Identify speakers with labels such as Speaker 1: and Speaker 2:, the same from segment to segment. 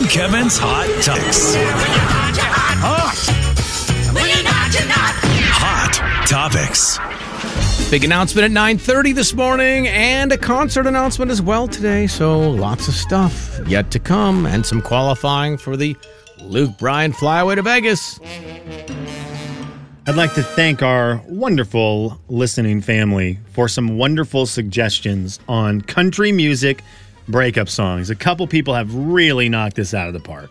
Speaker 1: and Kevin's Hot Topics. Hot Topics.
Speaker 2: Big announcement at 9:30 this morning and a concert announcement as well today. So lots of stuff yet to come and some qualifying for the Luke Bryan flyaway to Vegas.
Speaker 3: I'd like to thank our wonderful listening family for some wonderful suggestions on country music breakup songs. A couple people have really knocked this out of the park.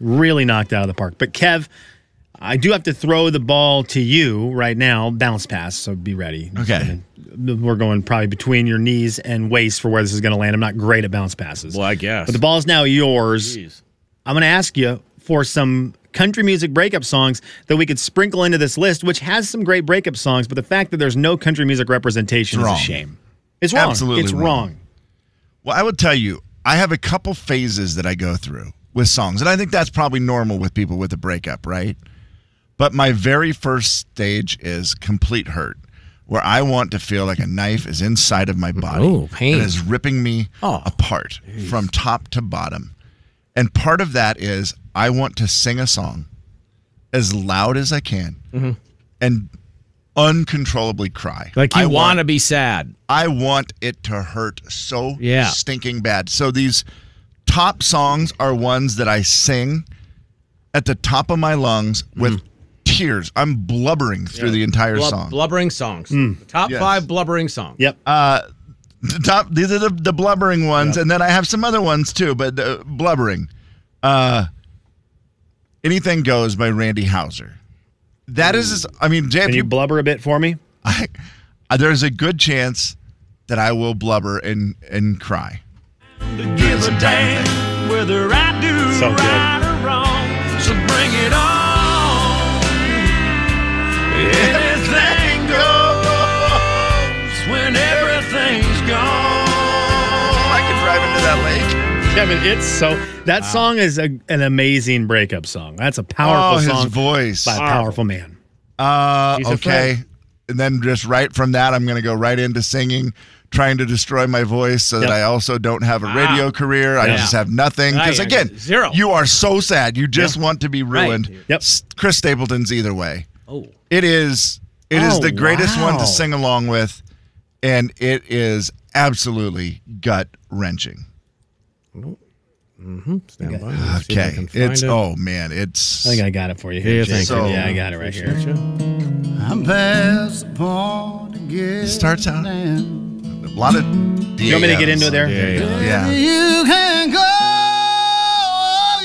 Speaker 3: Really knocked out of the park. But Kev, I do have to throw the ball to you right now. Bounce pass, so be ready.
Speaker 4: Okay.
Speaker 3: We're going probably between your knees and waist for where this is going to land. I'm not great at bounce passes.
Speaker 2: I guess.
Speaker 3: But the ball's now yours. I'm going to ask you for some country music breakup songs that we could sprinkle into this list, which has some great breakup songs, but the fact that there's no country music representation is
Speaker 4: It's
Speaker 3: a
Speaker 4: wrong.
Speaker 3: shame. It's wrong.
Speaker 4: Absolutely
Speaker 3: it's
Speaker 4: wrong.
Speaker 3: wrong.
Speaker 4: Well, I would tell you, I have a couple phases that I go through with songs, and I think that's probably normal with people with a breakup, right? But my very first stage is complete hurt, where I want to feel like a knife is inside of my body
Speaker 2: Ooh, pain.
Speaker 4: and is ripping me
Speaker 2: Oh,
Speaker 4: apart from top to bottom. And part of that is I want to sing a song as loud as I can and uncontrollably cry.
Speaker 2: Mm-hmm. Like
Speaker 4: I
Speaker 2: you
Speaker 4: want
Speaker 2: want to be sad.
Speaker 4: I want it to hurt so
Speaker 2: Yeah.
Speaker 4: stinking bad. So these top songs are ones that I sing at the top of my lungs with tears. I'm blubbering through the entire
Speaker 2: Mm. Blub-
Speaker 4: song.
Speaker 2: Blubbering songs. Top
Speaker 4: Mm. Yes.
Speaker 2: 5 blubbering songs.
Speaker 3: Yep.
Speaker 4: The top these are the, the blubbering ones and then I have some other ones too, but the blubbering. Uh Anything Goes by Randy Hauser. That is I mean, Jay,
Speaker 3: Can
Speaker 4: if
Speaker 3: you
Speaker 4: you
Speaker 3: blubber a bit for me?
Speaker 4: I, I- there's a good chance that I will blubber and and cry.
Speaker 5: Give a damn whether I do
Speaker 3: So good.
Speaker 5: right or wrong. So bring it on. Anything goes when everything's gone.
Speaker 4: I could drive into that lake.
Speaker 3: Kevin, it's so that song is a, an amazing breakup song. That's a
Speaker 4: Oh,
Speaker 3: powerful
Speaker 4: his
Speaker 3: song
Speaker 4: voice.
Speaker 3: by a powerful man.
Speaker 4: Uh,
Speaker 3: He's a
Speaker 4: okay. And then just right from that, I'm going to go right into singing, trying to destroy my voice so that
Speaker 3: Yep. Ah.
Speaker 4: I also don't have a radio career. I
Speaker 2: Yeah.
Speaker 4: just have nothing. Because
Speaker 2: Right.
Speaker 4: again,
Speaker 2: Zero.
Speaker 4: You are so sad. You just want to be
Speaker 2: Right.
Speaker 4: ruined.
Speaker 3: Yep.
Speaker 4: S- Chris Stapleton's either way.
Speaker 2: Oh.
Speaker 4: It is. It is
Speaker 3: Oh,
Speaker 4: the greatest one
Speaker 3: wow.
Speaker 4: to sing along with, and it is absolutely gut wrenching.
Speaker 2: Stand by. Let's see if I
Speaker 4: Okay,
Speaker 2: can find
Speaker 4: it's
Speaker 2: it.
Speaker 4: oh man, it's
Speaker 3: I think I got it for you
Speaker 2: Yeah,
Speaker 3: here.
Speaker 2: thank
Speaker 4: you,
Speaker 3: Jason.
Speaker 4: dude.
Speaker 3: yeah, I got it right here.
Speaker 6: I'm past the point of getting
Speaker 4: starts out-
Speaker 6: down.
Speaker 4: a lot of.
Speaker 3: You want me to get into it there?
Speaker 4: Yeah.
Speaker 6: You can go,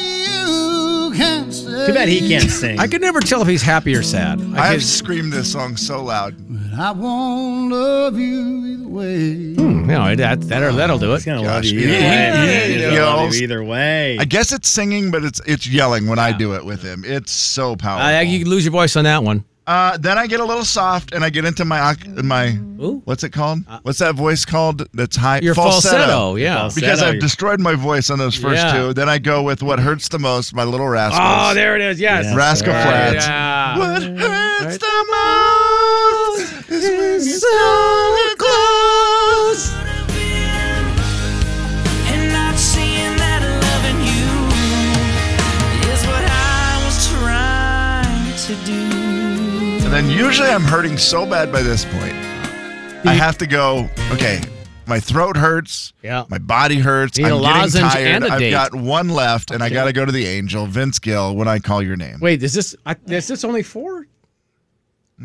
Speaker 6: you can stay.
Speaker 3: Too bad he can't sing.
Speaker 2: I can never tell if he's happy or sad.
Speaker 4: I
Speaker 2: can-
Speaker 4: have screamed this song so loud.
Speaker 6: But I won't love you either way.
Speaker 2: Hmm, no, that that that'll do it.
Speaker 3: He's gonna love
Speaker 4: Gosh,
Speaker 3: you
Speaker 4: yeah.
Speaker 3: either
Speaker 4: Yeah.
Speaker 3: way. He's gonna
Speaker 4: Yeah.
Speaker 3: love you either way.
Speaker 4: I guess it's singing, but it's it's yelling when I do it with him. It's so powerful.
Speaker 2: I, Uh, you could lose your voice on that one.
Speaker 4: uh, then I get a little soft, and I get into my oc- my
Speaker 2: Ooh. Uh,
Speaker 4: what's it called? what's that voice called? That's high.
Speaker 2: Your falsetto, yeah.
Speaker 4: Because
Speaker 3: Falsetto,
Speaker 4: I've
Speaker 3: you-
Speaker 4: destroyed my voice on those first
Speaker 2: Yeah.
Speaker 4: two. Then I go with what hurts the most, my little rascals.
Speaker 2: Oh, there it is. Yes.
Speaker 3: Yeah.
Speaker 4: Rascal
Speaker 3: Right,
Speaker 4: Flats.
Speaker 2: yeah.
Speaker 4: What hurts the most is when you're so close.
Speaker 5: And not seeing that loving you is what I was trying to do.
Speaker 4: And then usually I'm hurting so bad by this point. I have to go, okay, my throat hurts.
Speaker 2: Yeah.
Speaker 4: My body hurts.
Speaker 2: Need a
Speaker 4: I'm getting
Speaker 2: lozenge
Speaker 4: tired.
Speaker 2: and a
Speaker 4: I've
Speaker 2: date.
Speaker 4: got one left, and I got to go to the angel, Vince Gill, when I call your name.
Speaker 2: Wait, is this I, is this only four?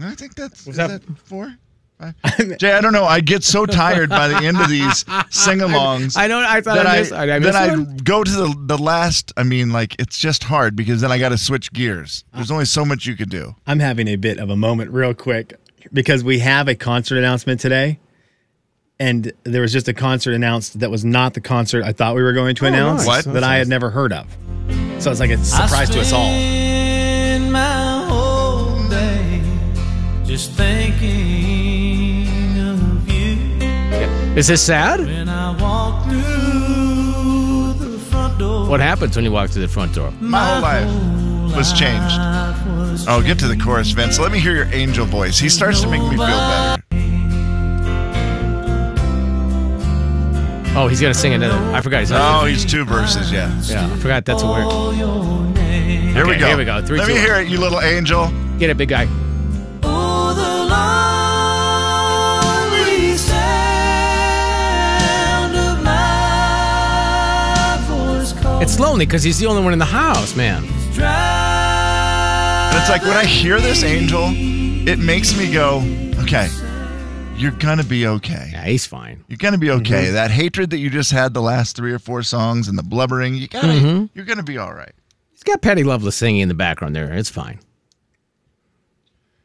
Speaker 4: I think that's
Speaker 2: Was
Speaker 4: is
Speaker 2: that-
Speaker 4: that, four? Five? Jay, I don't know. I get so tired by the end of these sing-alongs.
Speaker 2: I know. I thought
Speaker 4: that
Speaker 2: I
Speaker 4: I,
Speaker 2: missed. I, I missed
Speaker 4: then I
Speaker 2: one.
Speaker 4: go to the, the last. I mean, like it's just hard because then I got to switch gears. There's only so much you could do.
Speaker 3: I'm having a bit of a moment real quick because we have a concert announcement today. And there was just a concert announced that was not the concert I thought we were going to announce
Speaker 4: Oh, nice. What?
Speaker 3: that I had never heard of. So it's like a surprise to us all.
Speaker 5: Spend my whole day just thinking of you.
Speaker 2: Is this sad?
Speaker 5: When I walk through the front door,
Speaker 2: What happens when you walk through the front door?
Speaker 4: My whole life was changed.
Speaker 5: life was
Speaker 4: Oh, get to the chorus, Vince. Let me hear your angel voice. He starts to make me feel better.
Speaker 2: Oh, he's gonna sing another. I forgot. He's not.
Speaker 4: Oh, he's two verses. Yeah.
Speaker 2: Yeah, I forgot. That's a word.
Speaker 5: All your name.
Speaker 4: Here we
Speaker 2: Okay,
Speaker 4: go.
Speaker 2: here we go. Three,
Speaker 4: Let
Speaker 2: two,
Speaker 4: me
Speaker 2: one.
Speaker 4: hear it, you little angel.
Speaker 2: Get it, big guy.
Speaker 5: Oh, the lonely sound of my voice calling
Speaker 2: It's lonely because he's the only one in the house, man.
Speaker 4: And it's like when I hear this angel, it makes me go, okay, you're gonna be okay.
Speaker 2: Yeah, he's fine.
Speaker 4: You're gonna be
Speaker 2: Mm-hmm.
Speaker 4: okay. That hatred that you just had the last three or four songs and the blubbering, you gotta,
Speaker 2: Mm-hmm.
Speaker 4: you're gonna be all right.
Speaker 2: He's got Patty Loveless singing in the background there. It's fine.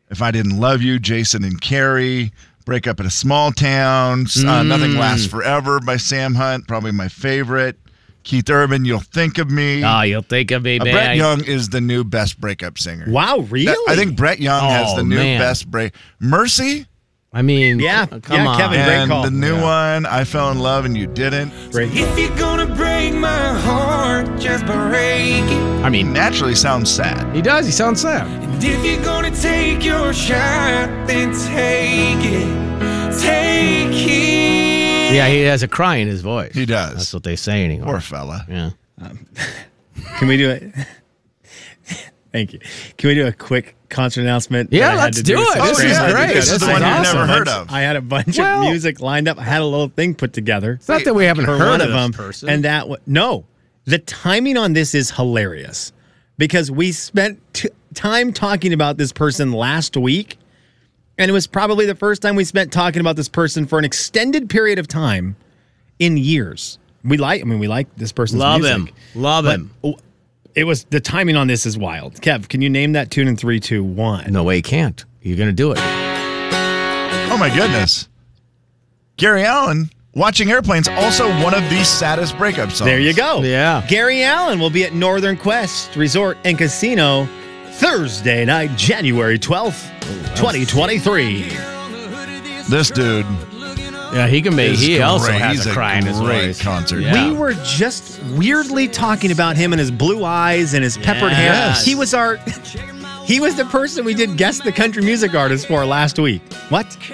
Speaker 4: If I didn't love you, Jason and Carrie, break up in a small town. S- Uh, Nothing
Speaker 3: Mm.
Speaker 4: lasts forever by Sam Hunt, probably my favorite. Keith Urban, you'll think of me.
Speaker 3: Ah,
Speaker 2: Oh, you'll think of me,
Speaker 4: Uh, Brett
Speaker 2: man.
Speaker 4: Young is the new best breakup singer.
Speaker 3: Wow, really?
Speaker 4: That- I think Brett Young has
Speaker 2: Oh,
Speaker 4: the new
Speaker 2: man.
Speaker 4: best break. Mercy
Speaker 2: I mean, uh,
Speaker 3: Yeah,
Speaker 2: come
Speaker 3: yeah,
Speaker 2: on.
Speaker 3: Kevin. Great
Speaker 4: and
Speaker 3: call.
Speaker 4: the new
Speaker 3: Yeah.
Speaker 4: one, I fell in love and you didn't.
Speaker 3: Great.
Speaker 5: If you're gonna break my heart, just break it.
Speaker 2: I mean,
Speaker 4: Naturally sounds sad.
Speaker 2: he does. He sounds sad.
Speaker 5: And if you're gonna take your shot, then take it. Take it.
Speaker 2: Yeah, he has a cry in his voice.
Speaker 4: He does.
Speaker 2: That's what they say anymore.
Speaker 4: Poor fella.
Speaker 2: Yeah.
Speaker 3: Can we do it? Thank you. Can we do a quick concert announcement? that
Speaker 2: Yeah,
Speaker 3: I had
Speaker 2: let's
Speaker 3: to
Speaker 2: do
Speaker 3: with
Speaker 2: it.
Speaker 3: the
Speaker 2: This
Speaker 3: band?
Speaker 2: is
Speaker 3: I
Speaker 2: great.
Speaker 3: did
Speaker 2: This
Speaker 3: a
Speaker 2: is
Speaker 3: bunch-
Speaker 2: one you've
Speaker 4: never heard
Speaker 3: bunch-
Speaker 4: of.
Speaker 3: I had a bunch
Speaker 2: Well-
Speaker 3: of music lined up. I had a little thing put together
Speaker 2: It's not that we haven't
Speaker 3: for
Speaker 2: heard
Speaker 3: one
Speaker 2: of
Speaker 3: of
Speaker 2: this
Speaker 3: them,
Speaker 2: person.
Speaker 3: and that one. No, the timing on this is hilarious because we spent t- time talking about this person last week, and it was probably the first time we spent talking about this person for an extended period of time in years. We like. I mean, we like this person's
Speaker 2: Love
Speaker 3: music.
Speaker 2: him. Love
Speaker 3: But-
Speaker 2: him.
Speaker 3: It was the timing on this is wild. Kev, can you name that tune in three, two, one?
Speaker 2: No way he can't. You're going to do it.
Speaker 4: Oh my goodness. Gary Allen, Watching Airplanes, also one of the saddest breakup songs.
Speaker 3: There you go.
Speaker 2: Yeah.
Speaker 3: Gary Allen will be at Northern Quest Resort and Casino Thursday night, January 12th, 2023.
Speaker 4: This dude
Speaker 2: Yeah, he can be.
Speaker 4: is
Speaker 2: He also
Speaker 4: great.
Speaker 2: has
Speaker 4: He's
Speaker 2: a cry in his
Speaker 4: great
Speaker 2: voice.
Speaker 4: concert.
Speaker 2: Yeah.
Speaker 3: We were just weirdly talking about him and his blue eyes and his peppered
Speaker 2: Yes.
Speaker 3: hair. He was our He was the person we did guess the country music artist for last week. What?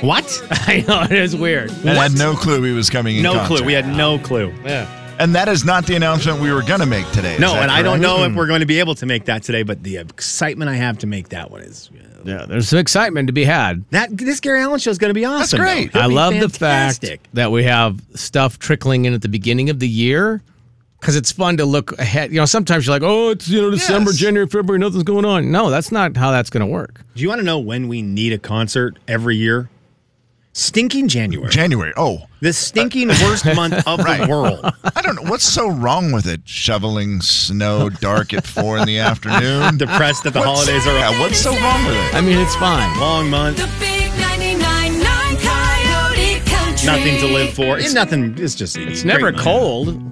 Speaker 3: What?
Speaker 2: I know. It is weird.
Speaker 4: I had no clue he was coming in
Speaker 3: No
Speaker 4: concert.
Speaker 3: clue. We had no clue.
Speaker 2: Yeah.
Speaker 4: And that is not the announcement we were going to make today. Is
Speaker 3: No,
Speaker 4: that
Speaker 3: and I don't
Speaker 4: correct?
Speaker 3: know if we're going to be able to make that today, but the excitement I have to make that one is
Speaker 2: Yeah. There's some excitement to be had.
Speaker 3: that this Gary Allen show is going to be awesome.
Speaker 4: great.
Speaker 3: though.
Speaker 2: I
Speaker 3: It'll be
Speaker 2: love the
Speaker 3: fantastic.
Speaker 2: fact that we have stuff trickling in at the beginning of the year because it's fun to look ahead. You know, sometimes you're like, oh, it's, you know, December,
Speaker 4: Yes.
Speaker 2: January, February, nothing's going on. No, that's not how that's going to work.
Speaker 3: Do you want to know when we need a concert every year? Stinking January.
Speaker 4: January. Oh,
Speaker 3: the stinking worst month of the world.
Speaker 4: I don't know. What's so wrong with it? Shoveling snow dark at four in the afternoon?
Speaker 3: Depressed that the
Speaker 4: What's-
Speaker 3: holidays are
Speaker 4: Yeah,
Speaker 3: a
Speaker 4: what's so wrong with it?
Speaker 2: I mean, it's fine.
Speaker 3: long month.
Speaker 7: The big 99.9 Coyote Country.
Speaker 3: Nothing to live for. It's nothing. It's just.
Speaker 2: It's never cold.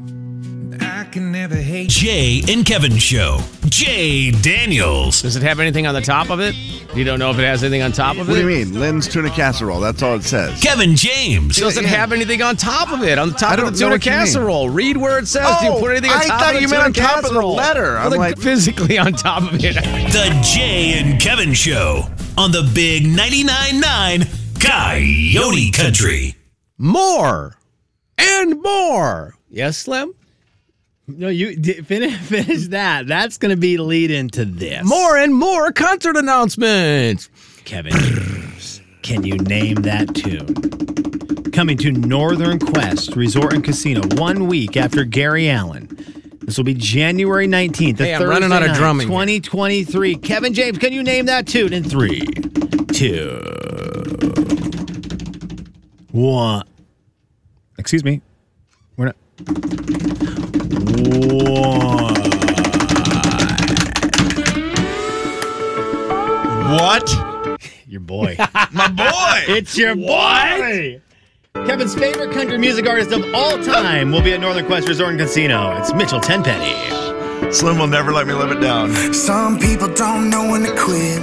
Speaker 5: I can never hate
Speaker 1: Jay and Kevin Show. Jay Daniels.
Speaker 2: Does it have anything on the top of it? You don't know if it has anything on top of it?
Speaker 8: What do you mean? Lynn's tuna casserole. That's all it says.
Speaker 1: Kevin James.
Speaker 2: Doesn't have anything on top of it. On the top
Speaker 8: I
Speaker 2: of
Speaker 8: don't
Speaker 2: the
Speaker 8: know
Speaker 2: tuna
Speaker 8: what you mean.
Speaker 2: casserole. Read where it says. Do you
Speaker 4: Oh,
Speaker 2: put anything on
Speaker 4: I
Speaker 2: top
Speaker 4: thought
Speaker 2: of the
Speaker 4: you
Speaker 2: tuna
Speaker 4: meant on top of the
Speaker 2: casserole?
Speaker 4: letter. I'm
Speaker 2: Well,
Speaker 4: like-
Speaker 2: physically on top of it.
Speaker 1: The Jay and Kevin Show on the Big 99.9 Coyote Country.
Speaker 2: More and more. Yes, Slim?
Speaker 3: No, you di- finish, finish that. That's going to be lead into this.
Speaker 2: More and more concert announcements.
Speaker 3: Kevin, can you name that tune? Coming to Northern Quest Resort and Casino one week after Gary Allen. This will be January 19th.
Speaker 2: Hey, I'm running out of drumming.
Speaker 3: 2023. Kevin James, can you name that tune in three, two, one? Excuse me. We're not. One.
Speaker 4: What?
Speaker 3: Your boy.
Speaker 4: My boy.
Speaker 3: It's your boy. Kevin's favorite country music artist of all time will be at Northern Quest Resort and Casino. It's Mitchell Tenpenny.
Speaker 4: Slim will never let me live it down.
Speaker 9: Some people don't know when to quit,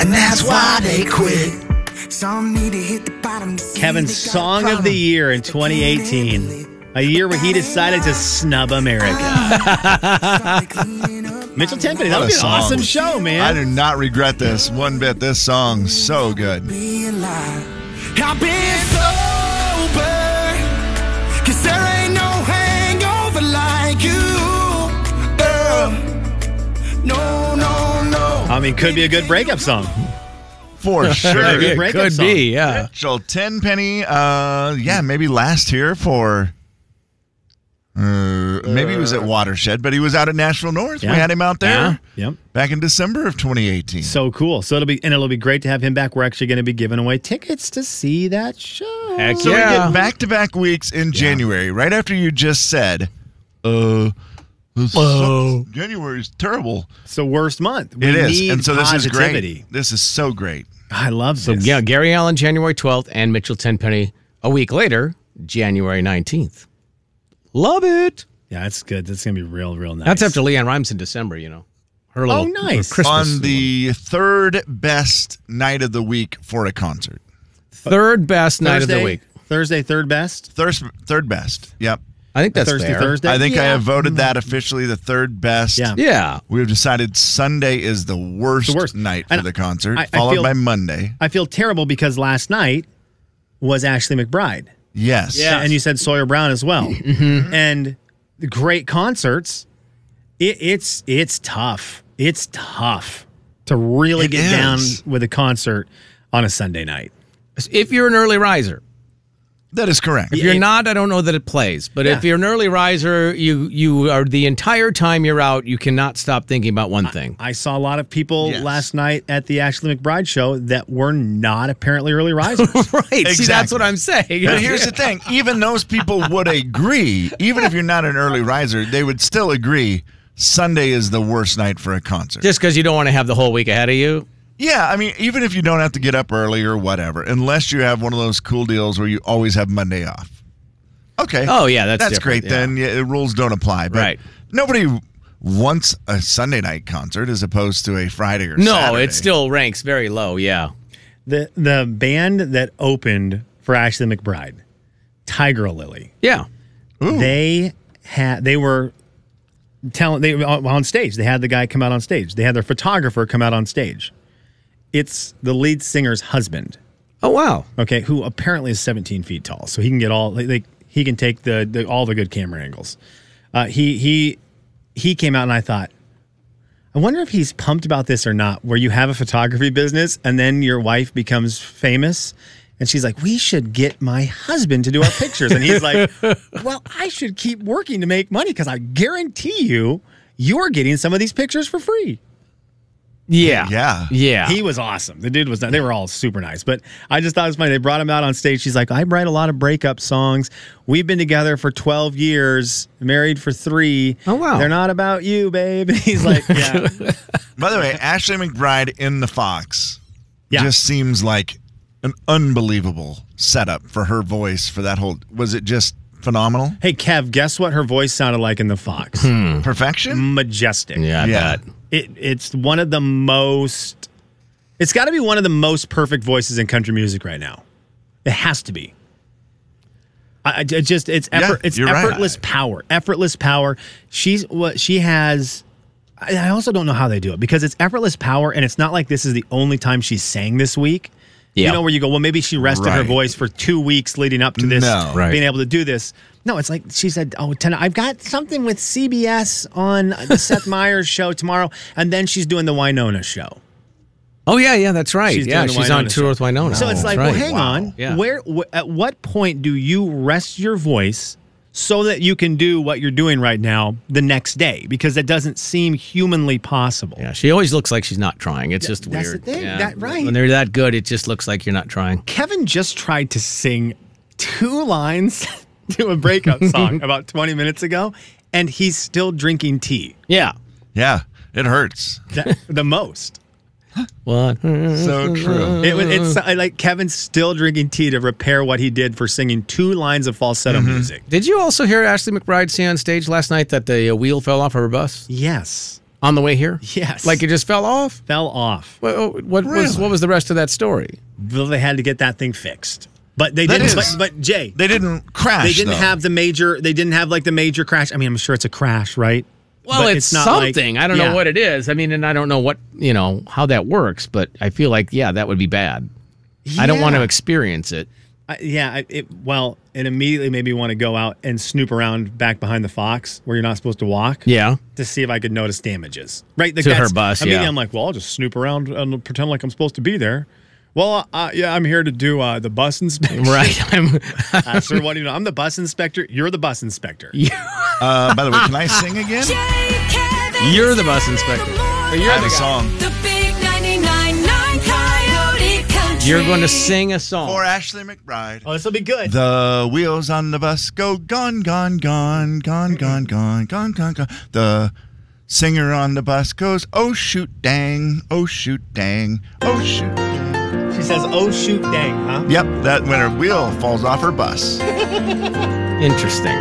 Speaker 9: and that's why they quit. Some need to hit the bottom. to see
Speaker 3: Kevin's
Speaker 9: they got a
Speaker 3: song of the
Speaker 9: problem.
Speaker 3: year in 2018, a year where he decided to snub America. Mitchell Tenpenny, that would
Speaker 4: Ah. What a
Speaker 3: be an
Speaker 4: song.
Speaker 3: awesome show,
Speaker 4: I
Speaker 3: man.
Speaker 4: do not regret this one bit. This song's so good.
Speaker 9: Be alive. I've been sober There ain't no hangover like you, girl. No, no, no.
Speaker 3: I mean, could be a good breakup song.
Speaker 4: for
Speaker 3: Could be
Speaker 4: sure.
Speaker 3: a breakup
Speaker 2: Could
Speaker 3: song.
Speaker 2: be, yeah.
Speaker 4: Rachel Tenpenny, uh, yeah, maybe last here for. Uh, maybe he was at Watershed, but he was out at Nashville North.
Speaker 3: Yeah.
Speaker 4: We had him out there
Speaker 3: Yep.
Speaker 4: back in December of 2018.
Speaker 3: So cool. So it'll be and it'll be great to have him back. We're actually going to be giving away tickets to see that show.
Speaker 2: Heck
Speaker 4: So we
Speaker 2: yeah.
Speaker 4: get back to back weeks in January, right after you just said, uh, this
Speaker 2: Whoa.
Speaker 4: sucks. January's terrible.
Speaker 3: It's the worst month. We
Speaker 4: It is,
Speaker 3: need
Speaker 4: And so this
Speaker 3: positivity.
Speaker 4: is great. This is so great.
Speaker 3: I love
Speaker 2: So
Speaker 3: this.
Speaker 2: yeah, Gary Allen January 12th and Mitchell Tenpenny a week later, January 19th. Love it.
Speaker 3: yeah, that's good. That's going to be real, real nice. Oh,
Speaker 2: That's after Leanne Rhymes in December, you know. Her little her
Speaker 3: nice.
Speaker 2: Christmas
Speaker 4: On the third best night of the week for a concert.
Speaker 2: third best
Speaker 3: Thursday,
Speaker 2: night of the week.
Speaker 3: Thursday, third best.
Speaker 4: Third, third best. Yep.
Speaker 2: I think that's
Speaker 3: Thursday,
Speaker 2: fair.
Speaker 3: Thursday.
Speaker 4: I think I
Speaker 3: Yeah. Mm.
Speaker 4: have voted that officially the third best.
Speaker 3: Yeah.
Speaker 2: Yeah.
Speaker 4: We have decided Sunday is the worst,
Speaker 3: The worst.
Speaker 4: night for
Speaker 3: And
Speaker 4: the concert,
Speaker 3: I- I
Speaker 4: followed
Speaker 3: feel-
Speaker 4: by Monday.
Speaker 3: I feel terrible because last night was Ashley McBride.
Speaker 4: Yes.
Speaker 3: And you said Sawyer Brown as well.
Speaker 2: Mm-hmm.
Speaker 3: And the great concerts. It, it's it's tough. It's tough to really
Speaker 4: It
Speaker 3: get
Speaker 4: is.
Speaker 3: down with a concert on a Sunday night.
Speaker 2: If you're an early riser.
Speaker 4: That is correct.
Speaker 2: If you're not, I don't know that it plays. But if
Speaker 3: Yeah.
Speaker 2: you're an early riser, you you are the entire time you're out, you cannot stop thinking about one thing.
Speaker 3: I saw a lot of people
Speaker 4: Yes.
Speaker 3: last night at the Ashley McBride show that were not apparently early risers.
Speaker 2: right. See, that's
Speaker 4: Exactly.
Speaker 2: what I'm saying.
Speaker 4: But here's the thing: even those people would agree. Even if you're not an early riser, they would still agree. Sunday is the worst night for a concert.
Speaker 2: Just because you don't want to have the whole week ahead of you.
Speaker 4: Yeah, I mean, even if you don't have to get up early or whatever, unless you have one of those cool deals where you always have Monday off. Okay.
Speaker 2: Oh, yeah, that's
Speaker 4: that's
Speaker 2: different,
Speaker 4: great. Then yeah, the rules don't apply. But
Speaker 2: Right.
Speaker 4: Nobody wants a Sunday night concert as opposed to a Friday or
Speaker 2: No,
Speaker 4: Saturday.
Speaker 2: it still ranks very low. Yeah.
Speaker 3: the the band that opened for Ashley McBride, Tiger Lily.
Speaker 2: Yeah.
Speaker 3: They had they were talent they on on stage. They had the guy come out on stage. They had their photographer come out on stage. It's the lead singer's husband,
Speaker 2: Oh, wow.
Speaker 3: okay, who apparently is 17 feet tall, so he can get all like, like he can take the, the all the good camera angles. Uh, he he he came out and I thought, I wonder if he's pumped about this or not, where you have a photography business and then your wife becomes famous. And she's like, we should get my husband to do our pictures. And he's like, well, I should keep working to make money because I guarantee you, you're getting some of these pictures for free.
Speaker 2: Yeah.
Speaker 4: Yeah.
Speaker 2: Yeah.
Speaker 3: He was awesome. The dude was. They were all super nice, but I just thought it was funny. They brought him out on stage. She's like, "I write a lot of breakup songs. We've been together for twelve years, married for three.
Speaker 2: Oh, wow.
Speaker 3: They're not about you, babe." He's like, "Yeah,
Speaker 4: By the way, Ashley McBride in the Fox
Speaker 3: Yeah.
Speaker 4: just seems like an unbelievable setup for her voice for that whole. Was it just phenomenal
Speaker 3: hey, Kev, guess what her voice sounded like in the Fox?
Speaker 4: perfection?
Speaker 3: Majestic.
Speaker 2: Hmm. yeah. I
Speaker 4: Yeah.
Speaker 2: bet.
Speaker 3: It, it's one of the most. It's got to be one of the most perfect voices in country music right now. It has to be. I, I- it just it's
Speaker 4: Yeah,
Speaker 3: effort, it's
Speaker 4: you're right.
Speaker 3: effortless power, effortless power. She's what she has. I, I also don't know how they do it because it's effortless power, and it's not like this is the only time she sang this week.
Speaker 2: Yeah.
Speaker 3: You know where you go? Well, maybe she rested her
Speaker 4: Right.
Speaker 3: voice for two weeks leading up to this,
Speaker 4: No.
Speaker 2: Right.
Speaker 3: being able to do this. No, it's like she said, "Oh, ten, I've got something with CBS on the Seth Meyers show tomorrow," and then she's doing the Winona show.
Speaker 2: Oh, yeah. Yeah. That's right.
Speaker 3: She's
Speaker 2: yeah.
Speaker 3: doing the
Speaker 2: She's on
Speaker 3: Winona
Speaker 2: tour
Speaker 3: show.
Speaker 2: with Winona.
Speaker 3: So it's
Speaker 2: Oh, That's
Speaker 3: like,
Speaker 2: right.
Speaker 3: well, hang on.
Speaker 2: Yeah.
Speaker 3: Where? Wh- at what point do you rest your voice so that you can do what you're doing right now the next day? Because that doesn't seem humanly possible.
Speaker 2: Yeah. She always looks like she's not trying. It's just
Speaker 3: that's the
Speaker 2: weird.
Speaker 3: thing,
Speaker 2: Yeah.
Speaker 3: that- right.
Speaker 2: When they're that good, it just looks like you're not trying.
Speaker 3: Kevin just tried to sing two lines to a breakup song about 20 minutes ago, and he's still drinking tea.
Speaker 2: Yeah.
Speaker 4: Yeah, it hurts.
Speaker 3: That, the most.
Speaker 2: What?
Speaker 4: So true.
Speaker 3: It, was- it's uh, like Kevin's still drinking tea to repair what he did for singing two lines of falsetto music.
Speaker 2: Did you also hear Ashley McBride say on stage last night that the uh, wheel fell off her bus
Speaker 3: Yes.
Speaker 2: on the way here?
Speaker 3: Yes.
Speaker 2: Like it just fell off?
Speaker 3: Fell off.
Speaker 2: What, oh, what, was, what was the rest of that story?
Speaker 3: Well, they had to get that thing fixed. But they
Speaker 4: That
Speaker 3: didn't. But,
Speaker 4: is-
Speaker 3: but Jay, they,
Speaker 4: They didn't crash.
Speaker 3: didn't
Speaker 4: though.
Speaker 3: have the major. They didn't have like the major crash. I mean, I'm sure it's a crash, right?
Speaker 2: Well,
Speaker 3: But
Speaker 2: it's,
Speaker 3: like-
Speaker 2: something. I don't
Speaker 3: yeah.
Speaker 2: know what it is. I mean, and I don't know what, you know, how that works, but I feel like, yeah, that would be bad. I don't want to
Speaker 3: Yeah.
Speaker 2: experience it.
Speaker 3: I, yeah, I, it, well, it immediately made me want to go out and snoop around back behind the fox where you're not supposed to walk.
Speaker 2: Yeah.
Speaker 3: To see if I could notice damages. Right. Like
Speaker 2: To her
Speaker 3: that's-
Speaker 2: bus,
Speaker 3: Immediately,
Speaker 2: yeah.
Speaker 3: I'm like, well, I'll just snoop around and pretend like I'm supposed to be there. Well, uh, yeah, I'm here to do uh, the bus inspection.
Speaker 2: Right. I'm,
Speaker 3: Uh, sir, what do you know? I'm the bus inspector. You're the bus inspector.
Speaker 4: Uh, by the way, can I sing again?
Speaker 2: You're the bus inspector. Or you're
Speaker 4: I have
Speaker 2: the
Speaker 4: a
Speaker 2: guy.
Speaker 4: song
Speaker 7: The big 99.9 Coyote Country.
Speaker 2: You're going to sing a song.
Speaker 4: for Ashley McBride.
Speaker 3: Oh, this will be good.
Speaker 4: The wheels on the bus go gone, gone, gone, gone, gone, gone, gone, gone, gone. The singer on the bus goes, oh shoot, dang, oh shoot, dang, oh shoot.
Speaker 3: she says, "Oh shoot, dang, huh?"
Speaker 4: Yep, that when her wheel falls off her bus.
Speaker 2: Interesting.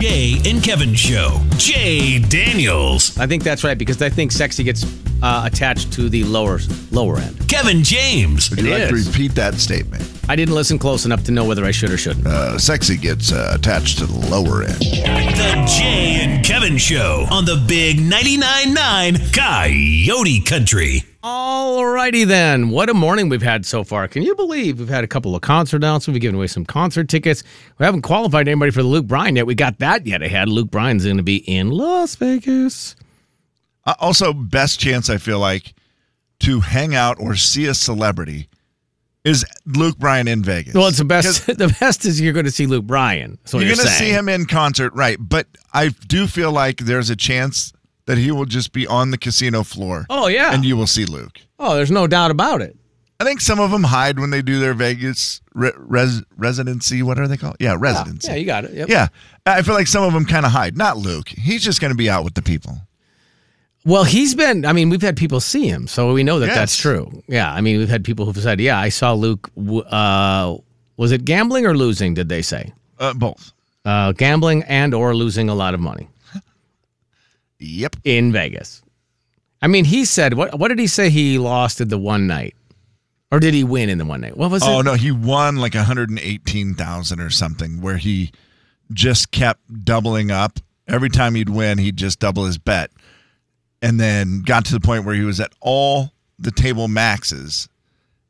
Speaker 1: Jay and Kevin Show. Jay Daniels.
Speaker 2: I think that's right because I think sexy gets uh, attached to the lower lower end.
Speaker 1: Kevin James.
Speaker 4: Would you like
Speaker 2: is.
Speaker 4: to repeat that statement?
Speaker 2: I didn't listen close enough to know whether I should or shouldn't.
Speaker 4: Uh, sexy gets uh, attached to the lower end.
Speaker 1: The Jay and Kevin Show on the big 99.9 Coyote Country.
Speaker 2: Alrighty then. What a morning we've had so far. Can you believe we've had a couple of concert announcements? We've given away some concert tickets. We haven't qualified anybody for the Luke Bryan yet. We got that yet ahead. Luke Bryan's going to be in Las Vegas.
Speaker 4: Uh, also, best chance I feel like to hang out or see a celebrity is Luke Bryan in Vegas.
Speaker 2: Well, it's the
Speaker 4: 'Cause-
Speaker 2: best. The best is you're going to see Luke Bryan. That's what
Speaker 4: you're
Speaker 2: you're,
Speaker 4: going to
Speaker 2: saying.
Speaker 4: see him in concert, right? But I do feel like there's a chance that he will just be on the casino floor.
Speaker 2: Oh, yeah.
Speaker 4: and you will see Luke.
Speaker 2: Oh, there's no doubt about it.
Speaker 4: I think some of them hide when they do their Vegas re- res- residency. What are they called? Yeah, residency.
Speaker 2: Yeah, you got it. Yep.
Speaker 4: Yeah. I feel like some of them kind of hide. Not Luke. He's just going to be out with the people.
Speaker 2: Well, he's been. I mean, we've had people see him, so we know that that's
Speaker 4: Yes.
Speaker 2: true. Yeah, I mean, we've had people who've said, "Yeah, I saw Luke." w- Uh, was it gambling or losing? Did they say
Speaker 4: Uh, both.
Speaker 2: uh, gambling and or losing a lot of money
Speaker 4: Yep.
Speaker 2: in Vegas? I mean, he said what? What did he say? He lost in the one night, or did he win in the one night? What was
Speaker 4: Oh
Speaker 2: it?
Speaker 4: no, he won like 118,000 or something where he just kept doubling up. Every time he'd win, he'd just double his bet. And then got to the point where he was at all the table maxes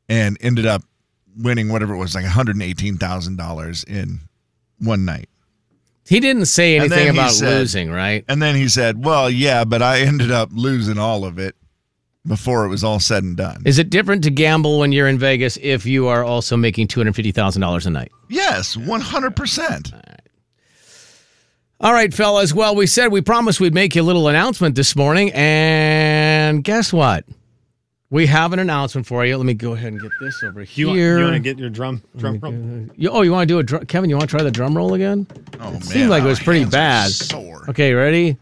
Speaker 4: and ended up winning whatever it was like $118,000 in one night.
Speaker 2: He didn't say
Speaker 4: And then
Speaker 2: anything
Speaker 4: he
Speaker 2: about
Speaker 4: said-
Speaker 2: losing, right?
Speaker 4: And then he said, "Well, yeah, but I ended up losing all of it before it was all said and done."
Speaker 2: Is it different to gamble when you're in Vegas if you are also making two hundred fifty thousand dollars a night?
Speaker 4: yes, 100%.
Speaker 2: All right, fellas. Well, we said we promised we'd make you a little announcement this morning, and guess what? We have an announcement for you. Let me go ahead and get this over
Speaker 3: You,
Speaker 2: here.
Speaker 3: want- you want to get your drum drum roll?
Speaker 2: You- oh, you want to do a drum? Kevin, you want to try the drum roll again?
Speaker 4: Oh man.
Speaker 2: Seemed like it was
Speaker 4: our
Speaker 2: pretty
Speaker 4: hands are
Speaker 2: bad.
Speaker 4: Sore.
Speaker 2: Okay, ready?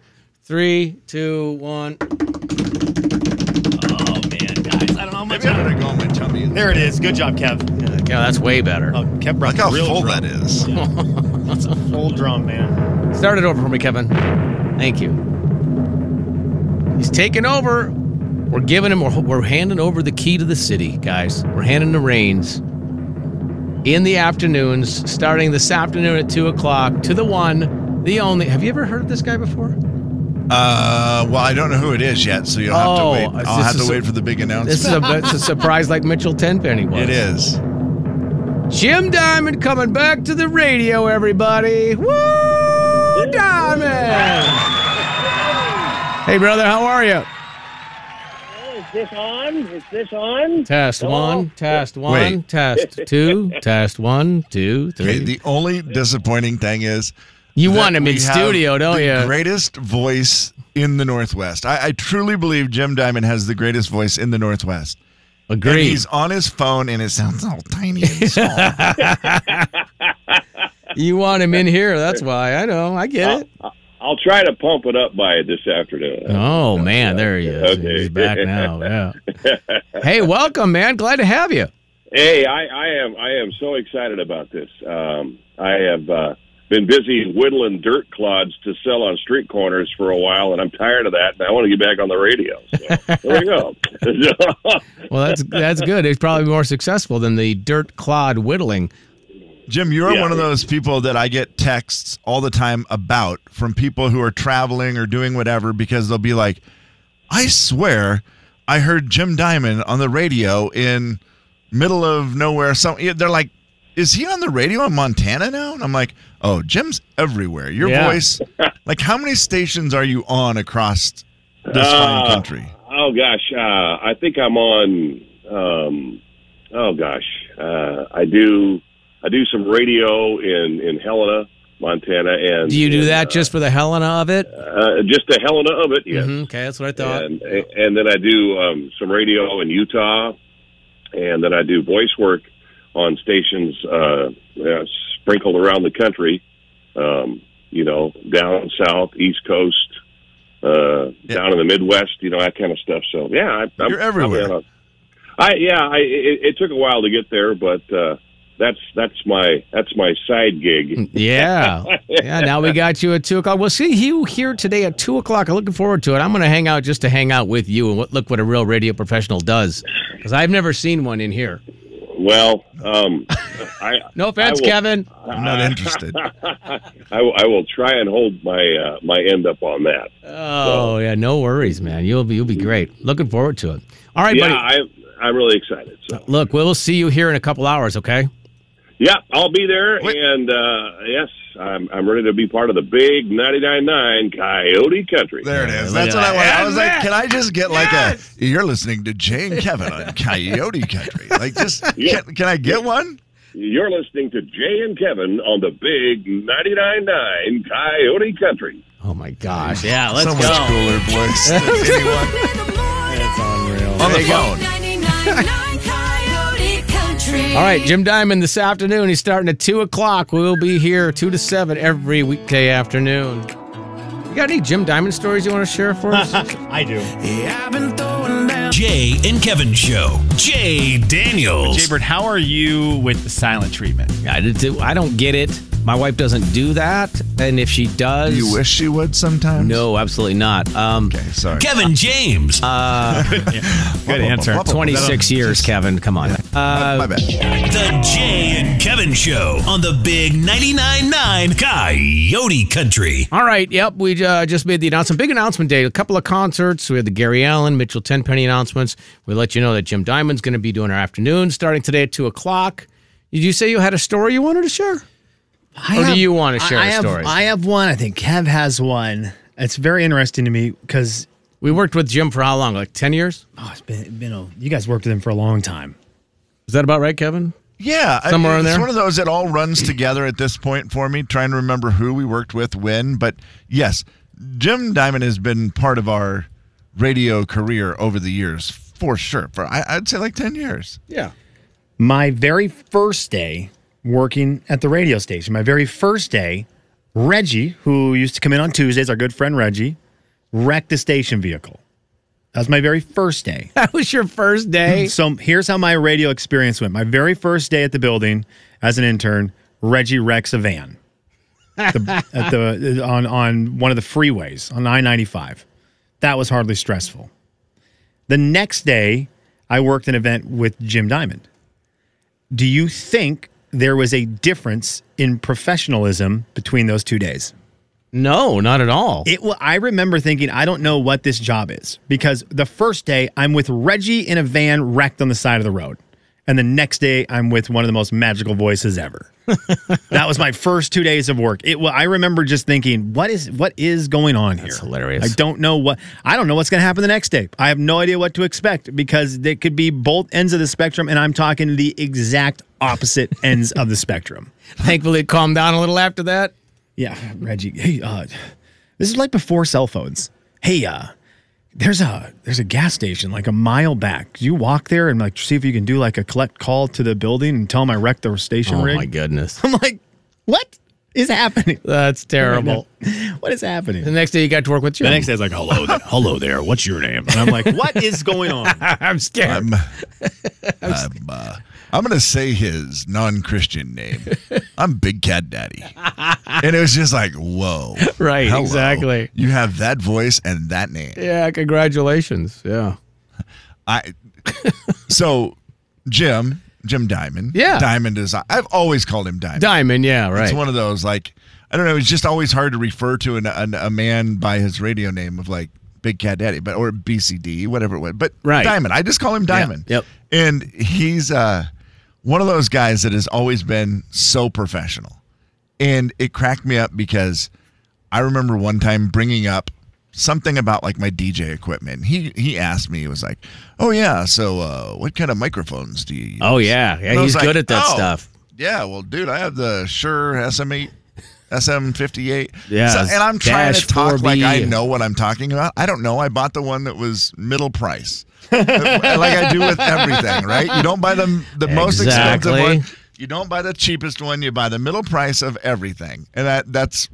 Speaker 2: Three, two, one.
Speaker 4: Maybe I better go on my tummy.
Speaker 3: There it is. Good job, Kev.
Speaker 2: Yeah, that's way better.
Speaker 3: Oh, Kev brought
Speaker 4: Look how
Speaker 3: the real
Speaker 4: full
Speaker 3: drum.
Speaker 4: that is.
Speaker 3: Full drum, man.
Speaker 2: Start it over for me, Kevin. Thank you. He's taking over. We're giving him, we're, we're handing over the key to the city, guys. We're handing the reins in the afternoons, starting this afternoon at 2 o'clock to the one, the only. Have you ever heard of this guy before?
Speaker 4: Uh, well, I don't know who it is yet, so you'll have
Speaker 2: Oh,
Speaker 4: to wait. I'll
Speaker 2: this
Speaker 4: have
Speaker 2: is
Speaker 4: to
Speaker 2: a-
Speaker 4: wait for the big
Speaker 2: This is
Speaker 4: announcement.
Speaker 2: a, it's a surprise like Mitchell Tenpenny was.
Speaker 4: it is.
Speaker 2: Jim Diamond coming back to the radio, everybody. Woo, Diamond! Hey, brother, how are you?
Speaker 10: Oh, Is this on? Is this on?
Speaker 2: Test one, test one,
Speaker 4: Wait.
Speaker 2: test two, test one, two, three.
Speaker 4: Okay, the only disappointing thing is
Speaker 2: you
Speaker 4: that
Speaker 2: want him in
Speaker 4: we have
Speaker 2: studio, don't
Speaker 4: the
Speaker 2: you?
Speaker 4: Greatest voice in the Northwest. I, I truly believe Jim Diamond has the greatest voice in the Northwest. And
Speaker 2: Agreed.
Speaker 4: he's on his phone, and it sounds all tiny and small.
Speaker 2: You want him in here. That's why. I know. I get it.
Speaker 10: I'll try to pump it up by this afternoon.
Speaker 2: Oh, man. There he is.
Speaker 10: Okay.
Speaker 2: He's back now. Yeah. hey, welcome, man. Glad to have you.
Speaker 10: Hey, I, I am I am so excited about this. Um, I have uh, been busy whittling dirt clods to sell on street corners for a while, and I'm tired of that. And I want to get back on the radio. So there we go.
Speaker 2: Well, that's that's good. He's probably more successful than the dirt clod whittling.
Speaker 4: Jim, you're
Speaker 10: Yeah.
Speaker 4: one of those people that I get texts all the time about from people who are traveling or doing whatever because they'll be like, I swear I heard Jim Diamond on the radio in middle of nowhere. So yeah, they're like, "Is he on the radio in Montana now?" And I'm like, "Oh, Jim's everywhere. Your
Speaker 10: Yeah.
Speaker 4: voice. Like, how many stations are you on across this fine
Speaker 10: Uh,
Speaker 4: country?"
Speaker 10: Oh gosh, uh, I think I'm on. Um, oh gosh, uh, I do. I do some radio in in Helena, Montana, and
Speaker 2: Do you do that just for the Helena of it?
Speaker 10: uh, just the Helena of it. Yes.
Speaker 2: Mhm, okay, that's what I thought.
Speaker 10: And, and then I do um, some radio in Utah, and then I do voice work on stations uh, uh, sprinkled around the country. Um, you know, down south, east coast, uh, down in the Midwest. You know that kind of stuff. So yeah, I, I'm
Speaker 4: You're everywhere.
Speaker 10: probably on a- I yeah, I, it, it took a while to get there, but uh, that's that's my that's my side
Speaker 2: Hmm.
Speaker 10: gig.
Speaker 2: Yeah. Yeah. Now we got you at two o'clock. We'll see you here today at two o'clock. I'm looking forward to it. I'm going to hang out just to hang out with you and what, look what a real radio professional does because I've never seen one in here.
Speaker 10: Well, um, I
Speaker 2: No offense,
Speaker 10: I will-
Speaker 2: Kevin.
Speaker 4: I'm not interested.
Speaker 10: I, will- I will try and hold my uh, my end up on that.
Speaker 2: Oh yeah, no worries, man. You'll be you'll be great. Looking forward to it. All right,
Speaker 10: yeah,
Speaker 2: buddy.
Speaker 10: I, I'm really excited. So
Speaker 2: Look, we'll see you here in a couple hours. Okay.
Speaker 10: yeah, I'll be there, and uh, yes, I'm I'm ready to be part of the big 99.9 Coyote Country.
Speaker 4: There it is.
Speaker 2: look
Speaker 4: That's
Speaker 2: at
Speaker 4: what I
Speaker 2: that.
Speaker 4: wanted. I
Speaker 2: And
Speaker 4: was like,
Speaker 2: that-
Speaker 4: can I just get like a? You're listening to Jay and Kevin on Coyote Country. Like, just
Speaker 10: Yeah.
Speaker 4: can, can I get one?
Speaker 10: You're listening to Jay and Kevin on the big 99.9 Coyote Country.
Speaker 2: Oh my gosh. Yeah. Let's
Speaker 4: so
Speaker 2: go.
Speaker 4: much cooler voice than anyone
Speaker 3: It's unreal.
Speaker 4: on the phone.
Speaker 7: 99.9 Coyote Country.
Speaker 2: All right, Jim Diamond this afternoon. He's starting at 2 o'clock. We'll be here 2 to 7 every weekday afternoon. You got any Jim Diamond stories you want to share for us?
Speaker 3: I do.
Speaker 6: Yeah, I've been throwing down.
Speaker 1: Jay and Kevin Show. Jay Daniels.
Speaker 11: Jaybird, how are you with the silent treatment?
Speaker 2: I, did too. I don't get it. My wife doesn't do that. And if she does.
Speaker 4: You wish you would sometimes.
Speaker 2: No, absolutely not. Um,
Speaker 4: Okay, sorry.
Speaker 1: Kevin James.
Speaker 2: Uh,
Speaker 11: Good answer.
Speaker 2: 26 years, Kevin. Come on. Uh,
Speaker 4: My bad.
Speaker 1: the Jay and Kevin Show on the big 99.9 Coyote Country.
Speaker 2: All right. Yep. We uh, just made the announcement. Big announcement day. A couple of concerts. We had the Gary Allen, Mitchell Tenpenny announcements. We let you know that Jim Diamond's going to be doing our afternoon starting today at 2 o'clock. Did you say you had a story you wanted to share?
Speaker 3: I
Speaker 2: Or do you wanna share
Speaker 3: I, I
Speaker 2: a
Speaker 3: have,
Speaker 2: story?
Speaker 3: I have one. I think Kev has one. It's very interesting to me because
Speaker 2: We worked with Jim for how long? Like 10 years?
Speaker 3: oh, it's been, been a, you guys worked with him for a long time.
Speaker 2: Is that about right, Kevin?
Speaker 4: Yeah, I-
Speaker 2: Somewhere in
Speaker 4: It's
Speaker 2: there?
Speaker 4: one of those that all runs together at this point for me. Trying to remember who we worked with, when, but yes, Jim Diamond has been part of our radio career over the years for sure. For I, I'd say like ten years.
Speaker 2: Yeah.
Speaker 3: My very first day working at the radio station, my very first day, Reggie, who used to come in on Tuesdays, our good friend Reggie, wrecked a station vehicle. That was my very first day.
Speaker 2: That was your first day.
Speaker 3: So here's how my radio experience went. My very first day at the building as an intern, Reggie wrecks a van The- at the on on one of the freeways on I-95. That was hardly stressful. The next day, I worked an event with Jim Diamond. Do you think there was a difference in professionalism between those two days?
Speaker 2: No, not at all.
Speaker 3: It will. I remember thinking, I don't know what this job is because the first day I'm with Reggie in a van wrecked on the side of the road, and the next day I'm with one of the most magical voices ever. that was my first two days of work. It. wa- I remember just thinking, what is what is going on here?
Speaker 2: That's hilarious.
Speaker 3: I don't know what. I don't know what's going to happen the next day. I have no idea what to expect because there could be both ends of the spectrum, and I'm talking the exact opposite ends of the spectrum.
Speaker 2: Thankfully, it calmed down a little after that.
Speaker 3: Yeah, Reggie. Hey, uh, this is like before cell phones. Hey, uh, there's a there's a gas station like a mile back. Could you walk there and like see if you can do like a collect call to the building and tell them I wrecked the station
Speaker 2: Oh,
Speaker 3: rig.
Speaker 2: my goodness.
Speaker 3: I'm like, what is happening?
Speaker 2: That's terrible.
Speaker 3: What is happening?
Speaker 2: The next day, you got to work with Jim.
Speaker 11: The next day's like, hello, there, hello there. What's your name?
Speaker 3: And I'm like, what is going on?
Speaker 2: I'm scared.
Speaker 4: I'm, I'm, uh, I'm gonna say his non-Christian name. I'm Big Cat Daddy, and it was just like, whoa,
Speaker 2: Right, exactly.
Speaker 4: You have that voice and that name.
Speaker 2: yeah, congratulations. Yeah.
Speaker 4: I so Jim, Jim Diamond.
Speaker 2: Yeah.
Speaker 4: Diamond is. I've always called him Diamond.
Speaker 2: Diamond, yeah, right.
Speaker 4: It's one of those like I don't know. It's just always hard to refer to an, an, a man by his radio name of like Big Cat Daddy, but or BCD, whatever it was. But Diamond, I just call him Diamond. Yep. And he's uh, one of those guys that has always been so professional, and it cracked me up because I remember one time bringing up something about like my DJ equipment. He he asked me, he was like, "Oh yeah, so uh, what kind of microphones do you use?"
Speaker 2: Oh, yeah. Yeah,
Speaker 4: And I was
Speaker 2: he's good at that
Speaker 4: "Oh,
Speaker 2: stuff."
Speaker 4: Yeah, well, dude, I have the Shure SM8, SM58.
Speaker 2: Yeah,
Speaker 4: So- and I'm trying
Speaker 2: Dash
Speaker 4: to talk
Speaker 2: 4B.
Speaker 4: like I know what I'm talking about. I don't know. I bought the one that was middle price, like I do with everything. Right? You don't buy the the most expensive
Speaker 2: Exactly.
Speaker 4: one. You don't buy the cheapest one. You buy the middle price of everything, and that that's.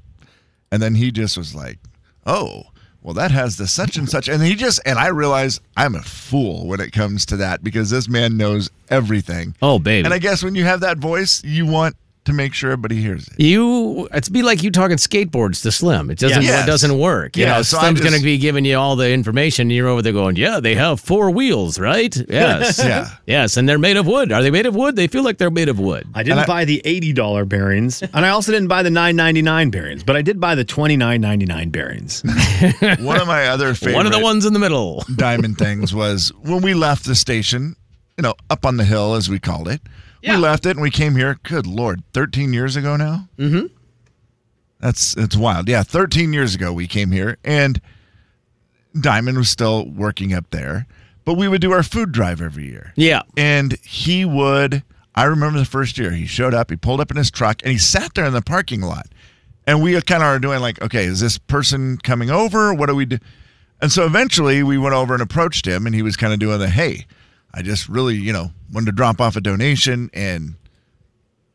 Speaker 4: And then he just was like, "Oh." Well, that has the such and such, and he just and I realize I'm a fool when it comes to that because this man knows everything.
Speaker 2: Oh, baby.
Speaker 4: And I guess when you have that voice, you want to make sure everybody hears it.
Speaker 2: You, it's be like you talking skateboards to Slim. It doesn't,
Speaker 4: Yes.
Speaker 2: it doesn't work. You
Speaker 4: Yeah,
Speaker 2: know,
Speaker 4: so I
Speaker 2: Slim's
Speaker 4: just-
Speaker 2: going to be giving you all the information, and you're over there going, "Yeah, they have four wheels, right? Yes,
Speaker 3: Yeah.
Speaker 2: yes, and they're made of wood. Are they made of wood? They feel like they're made of wood.
Speaker 3: I didn't buy the eighty dollar bearings, and I also didn't buy the nine ninety nine bearings, but I did buy the twenty nine ninety nine bearings.
Speaker 4: One of my other favorite
Speaker 2: One of the ones in the middle.
Speaker 4: diamond things was when we left the station, you know, up on the hill as we called it. We left it and we came here. Good lord, thirteen years ago now. Mm-hmm. That's it's wild. Yeah, thirteen years ago we came here and Diamond was still working up there, but we would do our food drive every year.
Speaker 2: Yeah.
Speaker 4: And he would, I remember the first year, he showed up, he pulled up in his truck, and he sat there in the parking lot. And we kind of are doing like, okay, is this person coming over? What do we do? And so eventually we went over and approached him, and he was kind of doing the, hey, I just really, you know, wanted to drop off a donation and,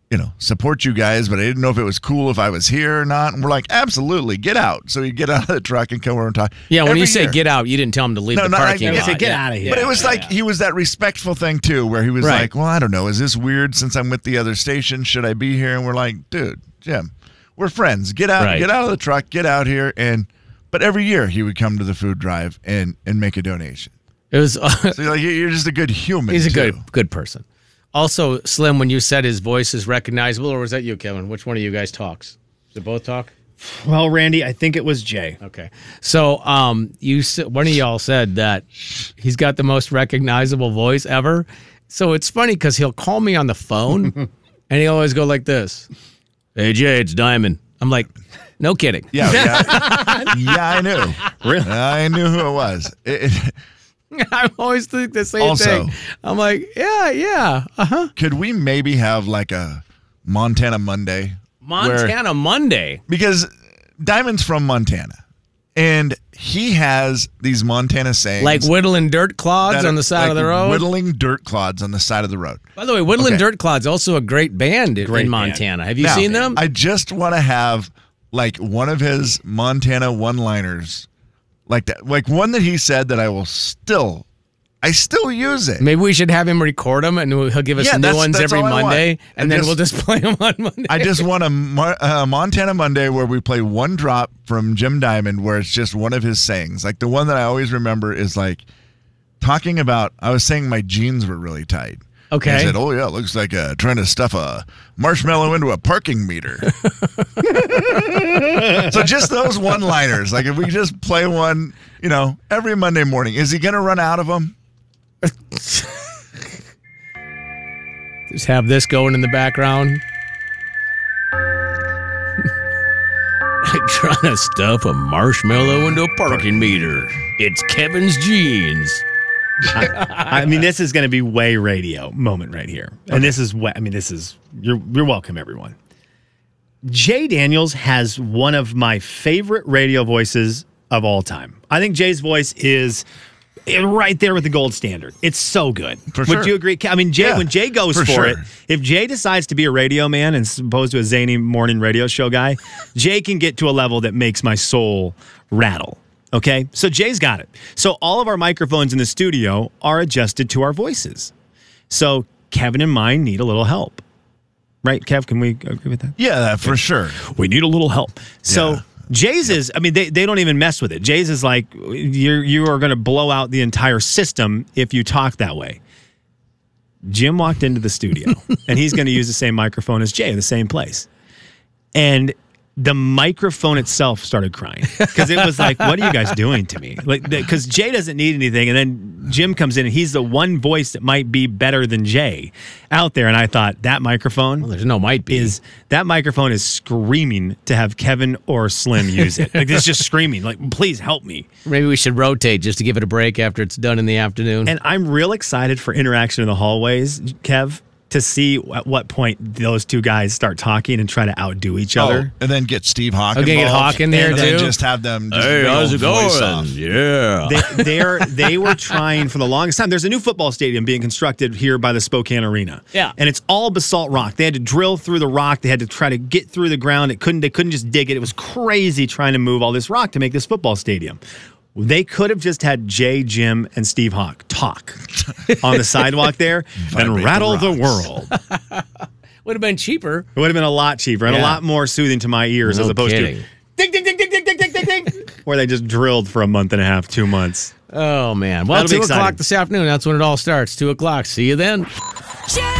Speaker 4: you know, support you guys, but I didn't know if it was cool if I was here or not. And we're like, absolutely, get out. So he'd get out of the truck and come over and talk.
Speaker 2: Yeah, when
Speaker 4: Every
Speaker 2: you say
Speaker 4: year.
Speaker 2: get out, you didn't tell him to leave the
Speaker 4: not like-
Speaker 2: parking lot. Yeah.
Speaker 4: But it was like he was that respectful thing too, where he was
Speaker 2: Right.
Speaker 4: like, "Well, I don't know, is this weird since I'm with the other station? Should I be here?" And we're like, "Dude, Jim, we're friends. Get out,
Speaker 2: Right.
Speaker 4: get out of the truck, get out here." And but every year he would come to the food drive and and make a donation.
Speaker 2: It was. so
Speaker 4: you're like, you're just a good human.
Speaker 2: He's a
Speaker 4: too.
Speaker 2: good good person. Also, Slim, when you said his voice is recognizable, or was that you, Kevin? Which one of you guys talks? Did both talk?
Speaker 3: Well, Randy, I think it was Jay.
Speaker 2: Okay. So, um, you s- one of y'all said that he's got the most recognizable voice ever. So it's funny because he'll call me on the phone, and he always go like this: "Hey Jay, it's Diamond." I'm like, "No kidding."
Speaker 4: Yeah, yeah, yeah. I knew. Really, I knew who it was. It- it-
Speaker 2: I always think the same
Speaker 4: Also-
Speaker 2: thing. I'm like, "Yeah, yeah, uh huh."
Speaker 4: could we maybe have like a Montana Monday? where-
Speaker 2: Montana Monday.
Speaker 4: because Diamond's from Montana, and he has these Montana sayings
Speaker 2: Like whittling dirt clods
Speaker 4: that
Speaker 2: on
Speaker 4: are-
Speaker 2: the side of
Speaker 4: like
Speaker 2: the road.
Speaker 4: whittling dirt clods on the side of the road.
Speaker 2: By the way, Whittling
Speaker 4: Okay.
Speaker 2: Dirt Clod's also a great band in- in Montana. Have you
Speaker 4: Now,
Speaker 2: seen them?
Speaker 4: I just want to have like one of his Montana one-liners, like that, like one that he said that I will still, I still use it.
Speaker 2: Maybe we should have him record them, and he'll give us
Speaker 4: Yeah,
Speaker 2: new
Speaker 4: that's-
Speaker 2: ones
Speaker 4: that's
Speaker 2: every
Speaker 4: all I want.
Speaker 2: Monday, and,
Speaker 4: And
Speaker 2: then
Speaker 4: just-
Speaker 2: we'll just play them on Monday.
Speaker 4: I just want a, Mar- a Montana Monday where we play one drop from Jim Diamond where it's just one of his sayings. Like the one that I always remember is like talking about I was saying my jeans were really tight.
Speaker 2: Okay.
Speaker 4: He said, "Oh yeah, it looks like uh, trying to stuff a marshmallow into a parking meter." so just those one-liners. Like if we just play one, you know, every Monday morning. Is he going to run out of them?
Speaker 2: just have this going in the background. Trying to stuff a marshmallow into a parking meter. It's Kevin's jeans.
Speaker 3: I mean, this is going to be way radio moment right here, and this is way, I mean, this is you're you're welcome, everyone. Jay Daniels has one of my favorite radio voices of all time. I think Jay's voice is eh, right there with the gold standard. It's so good.
Speaker 4: For
Speaker 3: Would
Speaker 4: sure.
Speaker 3: you agree? I mean, Jay,
Speaker 4: Yeah,
Speaker 3: when Jay goes
Speaker 4: for
Speaker 3: for,
Speaker 4: sure.
Speaker 3: it, if Jay decides to be a radio man and as opposed to a zany morning radio show guy, Jay can get to a level that makes my soul rattle. Okay? So Jay's got it. So all of our microphones in the studio are adjusted to our voices. So Kevin and mine need a little help. Right, Kev? Can we agree with that?
Speaker 4: Yeah, Oh, for sure.
Speaker 3: We need a little help. So Jay's is, I mean, they, they don't even mess with it. Jay's is like, you're, you are going to blow out the entire system if you talk that way. Jim walked into the studio and he's going to use the same microphone as Jay, the same place. And the microphone itself started crying because it was like, "What are you guys doing to me?" Like, because Jay doesn't need anything, and then Jim comes in, and he's the one voice that might be better than Jay out there. And I thought that microphone,
Speaker 2: well, there's no might be,
Speaker 3: is that microphone is screaming to have Kevin or Slim use it. like, it's just screaming, like, "Please help me."
Speaker 2: Maybe we should rotate just to give it a break after it's done in the afternoon.
Speaker 3: And I'm real excited for interaction in the hallways, Kev to see at what point those two guys start talking and try to outdo each other.
Speaker 4: Oh, and then get Steve Hawk.
Speaker 2: Okay, get Hawk in there
Speaker 4: and
Speaker 2: too.
Speaker 4: just have them. Just
Speaker 2: hey, how's it going?
Speaker 4: Off.
Speaker 2: Yeah.
Speaker 3: They, they're they were trying for the longest time. There's a new football stadium being constructed here by the Spokane Arena.
Speaker 2: Yeah.
Speaker 3: and it's all basalt rock. They had to drill through the rock. They had to try to get through the ground. It couldn't. They couldn't just dig it. It was crazy trying to move all this rock to make this football stadium. They could have just had Jay, Jim, and Steve Hawk talk on the sidewalk there and
Speaker 4: Vibrate the
Speaker 3: rattle the
Speaker 4: rocks.
Speaker 3: world.
Speaker 2: Would have been cheaper.
Speaker 3: It would have been a lot cheaper and
Speaker 2: Yeah.
Speaker 3: a lot more soothing to my ears as
Speaker 2: No
Speaker 3: opposed
Speaker 2: kidding.
Speaker 3: to ding ding ding ding ding ding ding ding ding where they just drilled for a month and a half, two months.
Speaker 2: Oh man. Well,
Speaker 3: That'll be
Speaker 2: two o'clock
Speaker 3: exciting.
Speaker 2: this afternoon. That's when it all starts. Two o'clock. See you then.
Speaker 7: Jay,